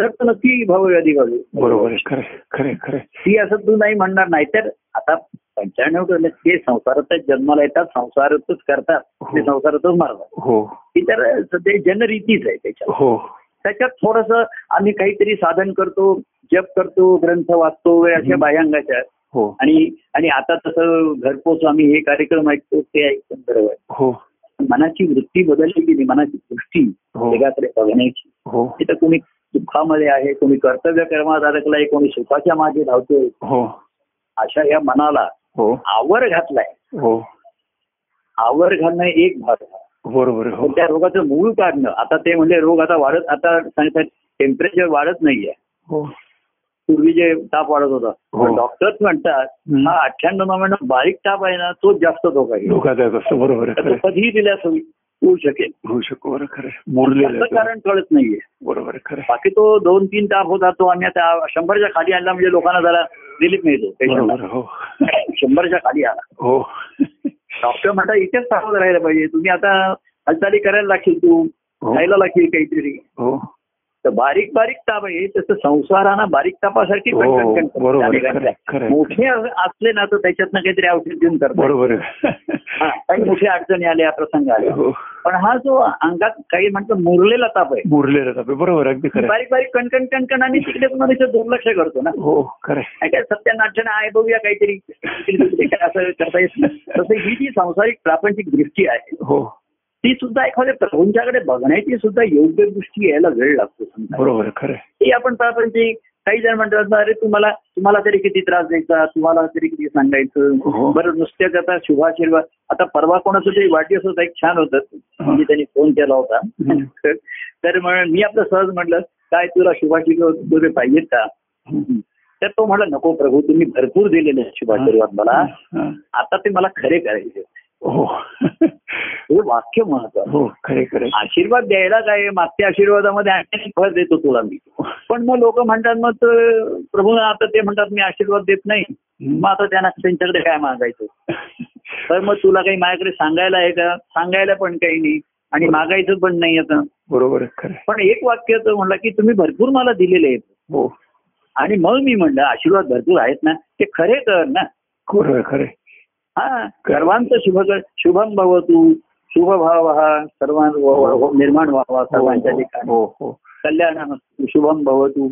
तर तो नक्की भावव्याधी घालू बरोबर आहे खरं आहे, खरं आहे, खरं आहे. ती असं तू नाही म्हणणार नाही तर आता पंच्याण्णव टक्के ते संसारातच जन्माला येतात संसारातच करतात ते हो. संसारातच मारतात हो ही तर सध्या जनरीतीच आहे त्याच्यात हो त्याच्यात थोडस आम्ही काहीतरी साधन करतो जप करतो ग्रंथ वाचतो वगैरे अशा हम्म. बाह्यांगाच्या हो आणि आणि आता तसं घरपोच आम्ही हे कार्यक्रम ऐकतो ते ऐकून बरोबर हो मनाची वृत्ती बदलली गेली मनाची दृष्टी हो. जगाकडे बघण्याची हो तिथं कोणी दुःखामध्ये आहे कोणी कर्तव्य कर्मात अडकलाय कोणी सुखाच्या मागे धावतोय हो अशा या मनाला हो आवर घातलाय हो आवर घालणं एक भाग आहे. बरोबर आहे, पण हो त्या रोगाचं मूळ काढणं आता ते म्हणजे रोग आता वाढत आता सांगतात टेम्परेचर वाढत नाहीये हो पूर्वी जे ताप वाढत होता हो. पण डॉक्टर्स म्हणतात हम्म. हो. हा अठ्ठ्याण्णव नव्याण्णव बारीक ताप आहे ना तोच जास्त धोका आहे धोका द्यायचा असतो बरोबर आहे तर तो खरं आहे. कधीही दिल्यास होईल- होऊ शकेल होऊ शकतो बरं खरं आहे. मुरलेलं त्याचं आहे तो. कारण कळत नाहीये बरोबर आहे, खरं आहे. बाकी तो दोन तीन ताप होता तो आणि आता शंभरच्या खाली आणला म्हणजे लोकांना जरा रिलीफ मिळतो पेशंटला. बरोबर हो शंभरच्या खाली आला हो डॉक्टर म्हणतात इथेच तापत राहायला पाहिजे तुम्ही आता हालचाली करायला लागशील तू हो. खायला लागशील काहीतरी हो तर बारीक बारीक ताप आहे तसं संसाराना बारीक तापासारखी हो, कणकण कणकण बरोबर चालली आहे, खरं आहे, जाते. खरं आहे. मोठे अ- असले ना तर त्याच्यातनं काहीतरी औषध देऊन करतात बरोबर आहे हा, काही मोठ्या अडचणी आल्या प्रसंग आले हो पण हा जो अंगात काही म्हणतो मुरलेला ताप आहे मुरलेलं ताप आहे, बरोबर आहे, अगदी खरं आहे. बारीक बारीक कणकण कणकण आणि तिकडे पण मनुष्य दुर्लक्ष करतो ना हो खरं आहे. काय सत्यानाट्य आहे बघूया काहीतरी ते काय असं करता येत नाही. तसं ही जी सांसारिक प्रापंचिक दृष्टी आहे हो ती सुद्धा एखाद्या प्रभूंच्याकडे बघण्याची सुद्धा योग्य दृष्टी यायला वेळ लागतो समजा बरोबर आहे, खरं आहे. ती आपण प्रापंचिक काही जण म्हणतात "ना, अरे तुम्हाला तुम्हाला तरी किती त्रास द्यायचा तुम्हाला तरी किती हो. सांगायचं बरं नुसत्याच आता शुभाशीर्वाद आता परवा कोणाचं तरी वाढदिवस होता एक छान होतं हो. म्हणजे त्यांनी फोन केला हं. होता तर मग मी आपलं सहज म्हटलं काय तुला शुभाशीर्वाद पाहिजेत का हं. तर तो म्हणला नको प्रभू तुम्ही भरपूर दिलेले आहे शुभाशीर्वाद हो. मला हा. आता ते मला खरे करायचे हो हे वाक्य महत्वाचं हो खरे खरे आशीर्वाद द्यायला काय आहे? मागच्या आशीर्वादामध्ये आणखी फळ देतो तुला मी पण मग लोक म्हणतात मग तर प्रभू आता ते म्हणतात मी आशीर्वाद देत नाही मग आता त्यांना त्यांच्याकडे काय मागायचं तर मग तुला काही माझ्याकडे सांगायला आहे का सांगायला पण काही नाही आणि मागायचं पण नाही आता बरोबर आहे, खरं आहे. पण एक वाक्य तर म्हणला की तुम्ही भरपूर मला दिलेले आहेत हो आणि मग मी म्हणलं आशीर्वाद भरपूर आहेत ना ते खरे कर ना बरोबर आहे, खरं आहे. हा सर्वांचं शुभ शुभम भवतु शुभ भाव हा सर्वां निर्माण व्हावा हो, सर्वांच्या ठिकाणी हो हो कल्याण शुभम भवतु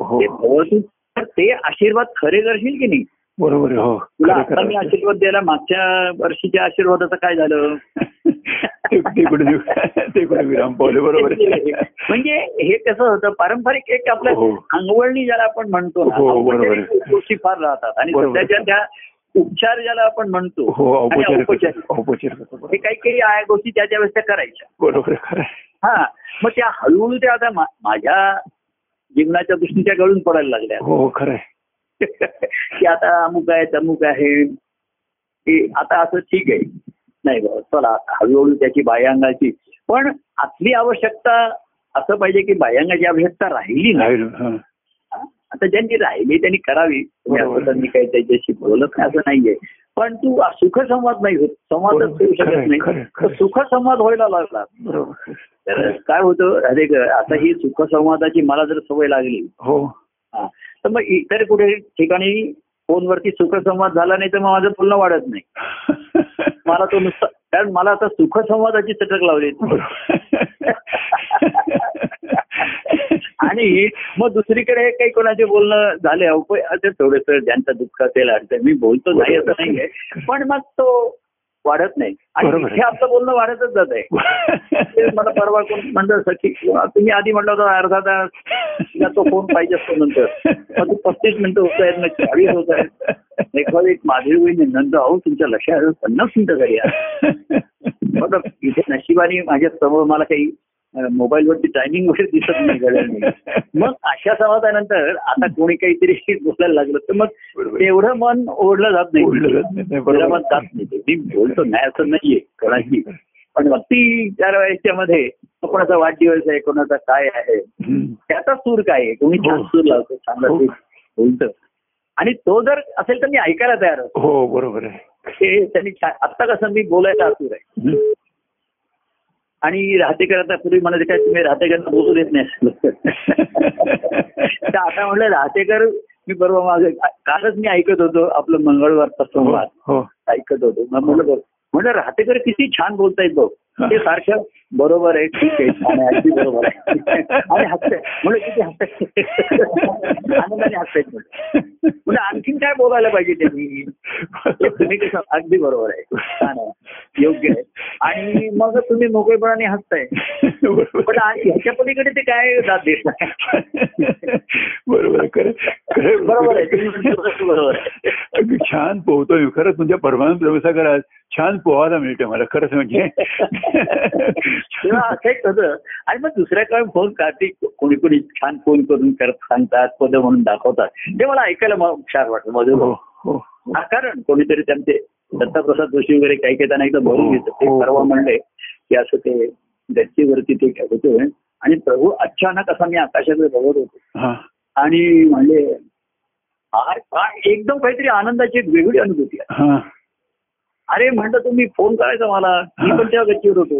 हो ते भवतु तर ते आशीर्वाद खरे करशील की नाही बरोबर आहे, हो तुला खरं आहे, आता मी खरं आहे. आशीर्वाद द्यायला मागच्या वर्षीच्या आशीर्वादाचं काय झालं ते तिकडे देऊ- तिकडे विराम पावले बरोबर आहे. म्हणजे हे कसं होतं पारंपरिक एक आपल्या हो. अंगवळणी ज्याला आपण म्हणतो ना, हो, बरोबर आहे. औपचारिक गोष्टी फार राहतात आणि बरोबर. सध्याच्या त्या उपचार ज्याला आपण म्हणतो हो आणि औपचारिक औपचारिक औपचारिक होतं, बरोबर. हे काही काही आहे गोष्टी त्या त्या वेळेस त्या करायच्या बरोबर आहे, खरं आहे. हा मग त्या हळूहळू त्या आता मा- माझ्या जीवनाच्या दृष्टीने त्या गळून पडायला लागल्या हो हो, खरं आहे. की आता अमुक आहे तमुक आहे ते आता असं ठीक आहे नाही बाबा चला आता हळूहळू त्याची बाह्यांगाची पण आपली आवश्यकता असं पाहिजे की बाह्यांगाची आवश्यकता राहिली नाही राहील, हं. आता ज्यांची राहिली त्यांनी करावी बरोबर. याबद्दल मी काही त्याच्याशी बोलत नाही असं नाहीये पण तू सुखसंवाद नाही होत संवादच बरोबर. होऊ शकत खरं आहे, खरं नाही आहे, खरं तर आहे. सुखसंवाद व्हायला लागला बरोबर आहे. तर काय होतं अरे ग- आता ही सुखसंवादाची मला जर सवय लागली हो हा. तर मग इतर कुठे ठिकाणी फोनवरती सुखसंवाद झाला नाही तर मग माझं बोलणं वाढत नाही मला तो नुसता कारण मला आता सुखसंवादाची चटक लावली बरोबर. आणि मग दुसरीकडे काही कोणाचे बोलणं झाले अवपय असं थोडस ज्यांचं दुःख असेल अडचण मी बोलतो नाही असं नाहीये पण मग तो वाढत नाही आणि बरोबर आहे. हे आपलं बोलणं वाढतच जात आहे ते मला परवा कोण म्हणलं सखी तुम्ही आधी म्हणलं होतं अर्धा तास तिला तो फोन पाहिजे असतो नंतर मग ते पस्तीस मिनिटं होत आहेत मग चाळीस होत आहेत एखादी एक माझी होईल नंतर अहो तुमच्या लक्षात पन्नास मिनिटं झाली आज. बघा इथे नशिबाने माझ्या समोर मला काही मोबाईल वरती टायमिंग वगैरे दिसत नाही घड्याळ नाही. मग अशा समाधानानंतर आता कोणी काहीतरी बोलायला लागलं तर मग बरोबर. एवढं मन ओढलं जात नाही ओढलं जात नाही, नाही, बरोबर. ओढलं मन जात नाही ते. मी बोलतो नाही असं नाहीये कोणाची पण मग ती चार वयाच्या मध्ये कोणाचा वाढदिवस आहे कोणाचा काय आहे हम्म. त्याचा सूर काय आहे कोणी छान हो. सूर लावतो चांगला हो. सूर बोलतं आणि तो जर असेल तर मी ऐकायला तयार असतो हो बरोबर आहे हे त्यांनी छान आत्ता कसं मी बोलायला आतुर आहे हम्म. आणि राहतेकरांचा पूर्वी म्हणायचे काय तुम्ही राहतेकरांना बोलू देत नाही तर आता म्हणलं राहतेकर मी बरोबर माझं कालच मी ऐकत होतो आपलं मंगळवारचा संवाद हो ऐकत होतो मग म्हणलं बरं. म्हणलं राहतेकर किती छान बोलतायत भाऊ ते सारखं बरोबर आहे ठीक आहे छान आहे अगदी बरोबर आहे आणि हसतंय म्हणलं किती हसतंय आनंदाने हसतायत म्हणलं म्हणजे आणखीन काय बोलायला पाहिजे त्यांनी ते तुम्ही कसं अगदी बरोबर आहे छान आहे योग्य आहे आणि मग तुम्ही मोकळेपणाने हसताय पण आ- ह्याच्या पलीकडे ते काय दाद देत नाही बरोबर आहे, खरं खरं बरोबर आहे तुम्ही म्हणतो तसं बरोबर आहे अगदी छान पोहतो मी खरंच तुमच्या परमानंद प्रवेशाकर आज छान पोहायला मिळतं मला खरंच म्हणजे तेव्हा असं एक होतं आणि मग दुसऱ्या काय फोन करते कोणी कोणी छान फोन करून करत सांगतात पद म्हणून दाखवतात ते मला ऐकायला मग छान वाटलं हो मधुर हो हा, कारण कोणीतरी त्यांचे दत्ताप्रसाद जोशी वगैरे काही काही त्यांना एकदा भरून घेतात ते हो. परवा म्हणले की असं ते गच्चीवरती ते काय होते आणि प्रभू अचानक असा मी आकाशाकडे बघत होतो हा आणि म्हणले "आर- आ- एकदम काहीतरी आनंदाची एक वेगळी अनुभूती आहे हा अरे म्हणलं तुम्ही फोन करायचा मला मी पण तेव्हा गच्चीवर होतो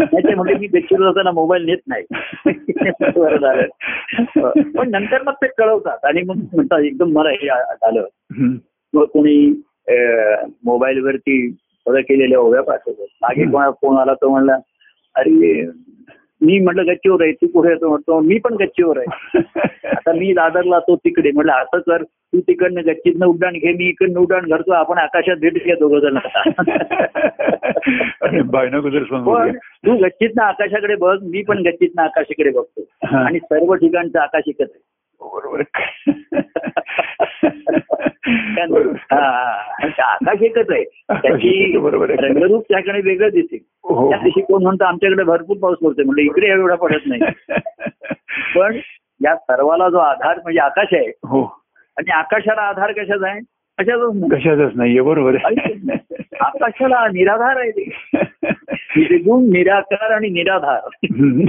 नाही ते म्हणजे मी गच्चीवर जाताना मोबाईल नेत नाही बरं झालं. पण नंतर मग ते कळवतात आणि मग म्हणतात एकदम मला हे आ- आलं हम्म. मग कोणी मोबाईल वरती बरं केलेल्या ओव्या पाठवतो मागे हं. कोणा फोन आला तो म्हणला अरे मी म्हटलं गच्चीवर आहे तू कुठे येतो म्हणतो मी पण गच्चीवर आहे आता मी दादरला तो तिकडे म्हटलं असं कर तू तिकडनं गच्चीतनं उड्डाण घे मी इकडनं उड्डाण घालतो आपण आकाशात भेट घ्या दोघं जण अरे बायनाकुलर पण समजून तू गच्चीतनं आकाशाकडे बघ मी पण गच्चीतनं आकाशाकडे बघतो हा. आणि सर्व ठिकाणचं आकाश एकच आहे बरोबर त्यानं- हा, हा. ते आकाश एकच आहे त्याची बरोबर आहे. रंगरूप त्याकडे वेगळं दिसेल हो. त्या दिवशी कोण म्हणतो आमच्याकडे भरपूर पाऊस पडतोय म्हणजे इकडे एवढा पडत नाही पण या सर्वाला जो आधार म्हणजे आकाश आहे हो आणि आकाशाला आधार कशाचा आहे कशाचाच नाही कशाचाच नाहीये बरोबर आहे आकाशाला निराधार आहे ते. निर्गुण निराकार आणि निराधार हम्म.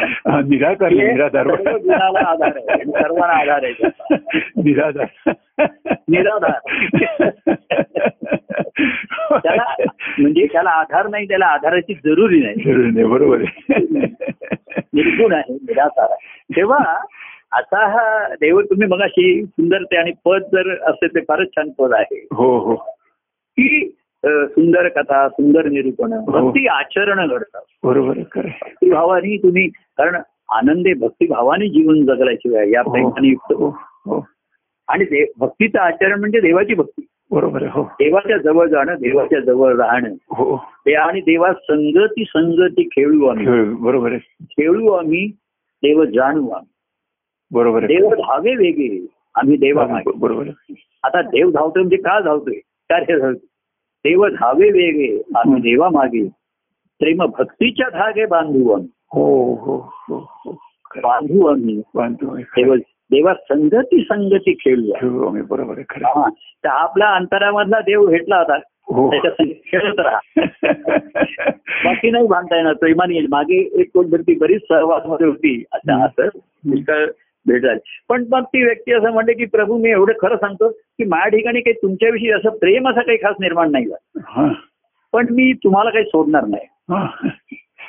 हा, निराकार हे निराधार सर्व गुणाला आधार आहे आणि सर्वांना आधार आहे त्याचा. निराधार त्याला म्हणजे त्याला आधार नाही त्याला आधाराची जरुरी नाही जरूर नाही बरोबर आहे निर्गुण आहे निराकार आहे तेव्हा आता हा देव तुम्ही मगाशी सुंदर ते आणि पद जर असेल ते फारच छान पद आहे हो हो की अ, सुंदर कथा सुंदर निरूपण हो. भक्ती आचरण घडतात बरोबर आहे, खरं आहे. भक्तिभावाने तुम्ही कारण आनंदे भक्तिभावाने जीवन जगल्याशिवाय या हो, प्रेमाने युक्त हो, हो. आणि देव- भक्तीचं आचरण म्हणजे देवाची भक्ती बरोबर आहे हो देवाच्या जवळ जाणं देवाच्या जवळ राहणं हो ते आणि देवा संगती संगती खेळू आम्ही खेळ, बरोबर आहे खेळू आम्ही देव जाणू आम्ही बरोबर आहे देव धावे वेगे आम्ही देवा ब- बरोबर आहे आता देव धावतोय म्हणजे का धावतोय कार्य धावतोय देव धावे वेगे आम्ही देवा मागे प्रेम भक्तीच्या धागे बांधू आम्ही हो हो हो हो खरं आहे. बांधू आम्ही बांधतो आम्ही, खरं देव देवा संगती संगती खेळूया आहे. खेळू आम्ही बरोबर आहे खरं आहे. हा. तर आपला अंतरामधला देव भेटला होता हो त्याच्या संग खेळत राहा बाकी नाही बांधता येणार प्रेमाने येईल मागे एक कोण व्यक्ती बरीच सहवासमध्ये होती आता असं पुष्कळ भेट झाली पण मग ती व्यक्ती असं म्हणते की प्रभू मी एवढं खरं सांगतो की माझ्या ठिकाणी काही तुमच्याविषयी असं प्रेम असं काही खास निर्माण नाही झालं हा, पण मी तुम्हाला काही सोडणार नाही हा.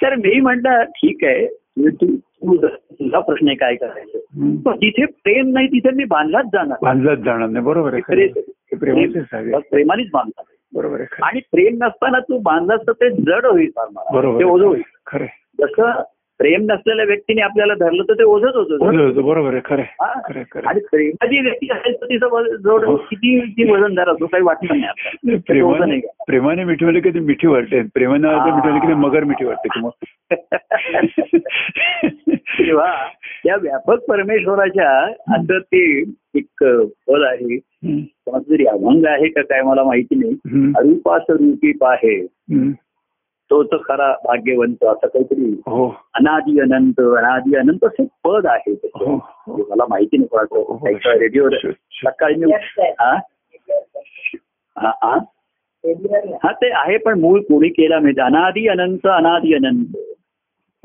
तर मी म्हटलं ठीक आहे तू- तू- तू- तुझा प्रश्न आहे काय करायचं हम्म. पण जिथे प्रेम नाही तिथे मी बांधलाच जाणार बांधलाच जाणार नाही बरोबर आहे खरं आहे. हे प्रेमाचेच आहे प्रेमानेच बांधला बरोबर आहे खरं आहे. आणि प्रेम नसताना तू बांधलास तर ते जड होईल फार मला बरोबर ते ओझं आहे. होईल खरं आहे. जसं प्रेम नसलेल्या व्यक्तीने आपल्याला धरलं तर ते ओझत होतं बरोबर बरोबर आहे खरं हा? आहे, खरं आहे, खरं आहे. आणि प्रेमाची व्यक्ती असेल तर तिचं वज- जोड हो. किती ती वजनदार असतो काही वाटत नाही आपल्याला. नाही, ते ओझं प्रेमाने नाही का? प्रेमाने मिठवले की ती मिठी वाटते प्रेमाने हा. मिठवले की ती मगर मिठी वाटते की मग तेव्हा त्या व्यापक परमेश्वराच्या आता ते एक पद आहे हम्म, कोणातरी अभंग आहे का काय मला माहिती नाही हम्म, अरूपा स्वरूपी पाहे हम्म. तो तर खरा भाग्यवंत असा काहीतरी हो अनादि अनंत अनादि अनंत असं पद आहे त्याचं. हो ते मला माहिती नाही हो, कोणाचं हो. ऐका रेडिओवर शो- शो- सकाळी मी हा? हा, हा? हा ते आहे पण मूळ कोणी केला म्हणजे अनादि अनंत अनादि अनंत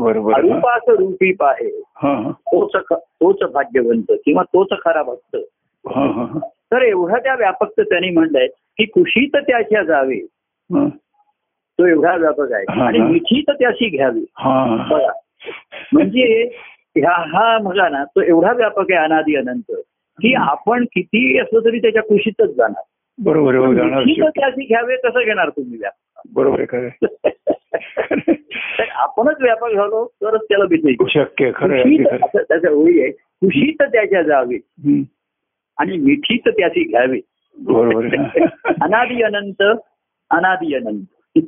बरोबर हा. अरूपाच रूपी पाहे हा हा तोच ख- तोच भाग्यवंत किंवा तोच खरा भक्त हा हा हा. तर एवढं त्या व्यापकचं त्यांनी म्हणलंय की कुशीत त्याच्या जावे हा. तो एवढा व्यापक आहे हा, आणि हा. मिठीत त्याशी घ्यावी हा बघा म्हणजे ह्या हा मुलगा ना तो एवढा व्यापक आहे अनादि अनंत की आपण किती असलो तरी त्याच्या कुशीतच जाणार बरोबर आहे, हो, जाणार किती तर शेवटी. त्याची घ्यावे कसं घेणार तुम्ही व्याप बरोबर आहे खरं आहे. तर आपणच व्यापक झालो तरच त्याला विजय शक्य आहे, खरं आहे, अगदी कुशीत खरं आहे. असं त्याच्या ओळी आहे कुशीत त्याच्या जावे हम्म, आणि मिठीत त्याची घ्यावी बरोबर आहे. अनादि अनंत अनादि अनंत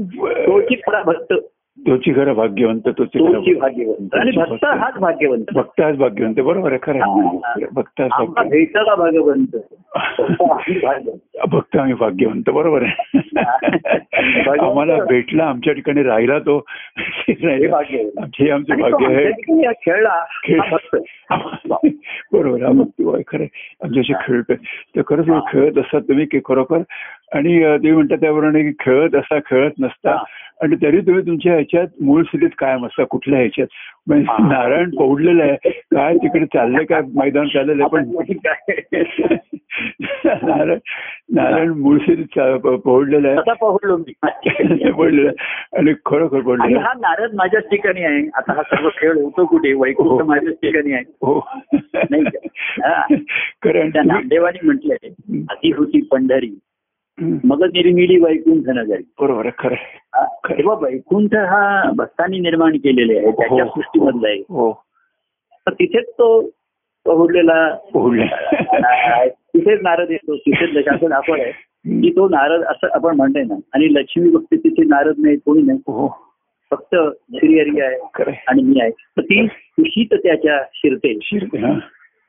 ब- तोची खरा भक्त तोची खरं भाग्यवंत तोची तोची खरं भाग्यवंत आणि भक्त हाच भाग्यवंत भक्त आज भाग्यवंत बरोबर आहे खरं आहे. भक्त आज आमचा भाग्यवंत भेटला भागवंत भागवंत भक्त आम्ही भाग्यवंत बरोबर आहे भाग्यवंत. आम्हाला भेटला आमच्या ठिकाणी राहिला तो हे राहिला. भाग्य आहे. आमचे आमचे आणि तो भाग्य आमच्या आहे ठिकाणी हा खेळला हा भक्त बरोबर हा भक्ती भाव आहे खरं आहे. आमच्याशी खेळतोय तर खरंच तुम्ही खेळत असतात तुम्ही की खरोखर आणि अं, तुम्ही म्हणता त्याप्रमाणे की खेळत असता खेळत नसता हा. आणि तरी तुम्ही तुमच्या ह्याच्यात मूळ स्थितीत कायम असता कुठल्या ह्याच्यात म्हणजे हा. नारायण पौडलेलं आहे काय तिकडे चाललंय काय मैदान चाललेलं आहे आपण पण मोठी काय. नारायण नारायण मूळ स्थितीत चा- प- पौडलेलं तसा पकडलो मी आहे पडलेलं आहे. आणि खरोखर आणि पडलेलं आहे. हा नारद माझ्याच ठिकाणी आहे आता हा सर्व खेळ होतो कुठे वैकुंठ हो. माझ्याच ठिकाणी आहे हो नाही का? हा. कारण त्या नामदेवाने म्हटलंय आधी होती पंढरी तुम्ही- मग निर्मिली वैकुंठ नगरी बरोबर आहे खरं आहे. हा. तेव्हा वैकुंठ हा भक्तांनी निर्माण केलेले आहे त्याच्या हो. सृष्टीमधला आहे हो तर तिथेच तो पहुडलेला बोलले तिथेच नारद येतो तिथेच दशासन आपण आहे की तो नारद असं आपण म्हणतोय ना आणि लक्ष्मी बघते तिथे नारद नाही कोणी नाही हो फक्त श्रीहरी आहे खरं आहे. आणि मी आहे तर ती खुशीत त्याच्या शिरते शिरते हा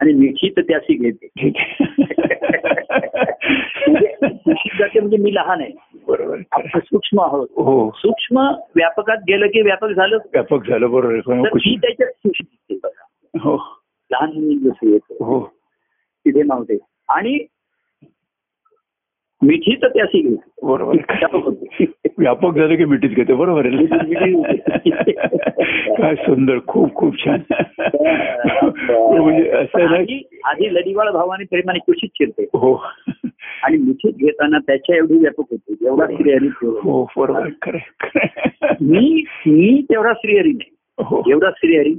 आणि निश्चित त्याशी घेते ठीक म्हणजे आहे खुशीत जाते म्हणजे मी लहान आहे बरोबर आहे, खरं आहे. आपण सूक्ष्म आहोत हो सूक्ष्म व्यापकात गेलं की व्यापक झालं व्यापक झालं बरोबर आहे. कोणा- तर कुशी- ती त्याच्या खुशीत दिसते बघा हो लहान मुली जशी येते हो तिथे मावते आणि मिठीत त्याशी घेते बरोबर आहे, खरं आहे. व्यापक होते. व्यापक झालं की मिठीत घेते बरोबर आहे मिठीत- मिठीत. काय सुंदर खूप खूप छान म्हणजे असं आहे ना आधी आधी लढीवाळ भावाने प्रेमाने कुशीत शिरते हो आणि मिठीत घेताना त्याच्या एवढी व्यापक होते जेवढा श्रीहरी तेवढा. हो बरोबर आहे, खरं आहे, खरं आहे. मी मी तेवढा श्रीहरी नाही हो एवढा श्रीहरी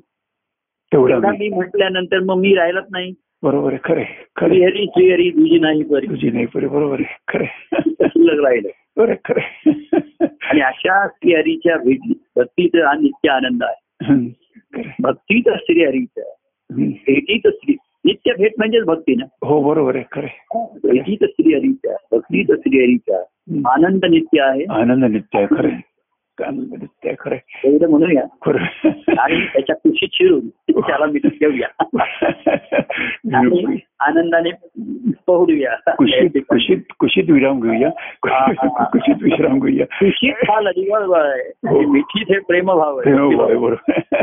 तेवढा तेवढा मी. मी म्हटल्यानंतर मग मी राहिलाच नाही बरोबर आहे खरं आहे, खरं आहे. श्रीहरी श्रीहरी तुझी नाही बरी तुझी नाही परी बरोबर आहे खरं आहे. शिल्लक राहिलं बरोबर आहे, खरं आहे. आणि अशा श्रीहरीच्या भेटी भक्तीचा हा नित्य आनंद आहे हम्म, खरं आहे. भक्तीच श्रीहरीचा हम्म. भेटीच श्री नित्य भेट म्हणजेच भक्ती ना हो बरोबर आहे खरं आहे. भेटीच श्रीहरीचा भक्तीच श्रीहरीचा हम्म. आनंद नित्य आहे आनंद नित्य आहे खरं आहे. आनंद नित्य आहे खरं आहे. एवढं म्हणूया खरं आहे. आणि त्याच्या कुशीत शिरून त्याला मी घेऊया आणि आनंदाने पहुडूया कुशीत कुशीत कुशीत विराम घेऊया हा, हा. कुशीत विश्राम घेऊया कुशीत हा लढीवाळ भाव आहे हो. आणि मिठीत हे प्रेमभाव हे हो, आहे बाय, बरोबर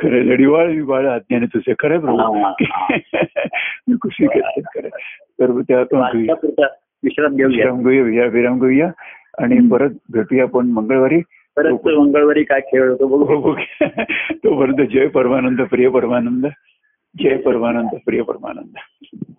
खरं लढीवाळ विवाळ आज्ञाने तुझे खरं हा, प्रभू कुशी करते खरं तर मग त्या आपण घेऊया. आजच्यापुरता विश्राम घेऊया विराम घेऊया विरा- विराम घेऊया आणि हम्म. परत भेटूया आपण मंगळवारी परत तो मंगळवारी काय खेळ होतो बघू हो, हो. तोपर्यंत जय परमानंद प्रिय परमानंद जय परमानंद प्रिय परमानंद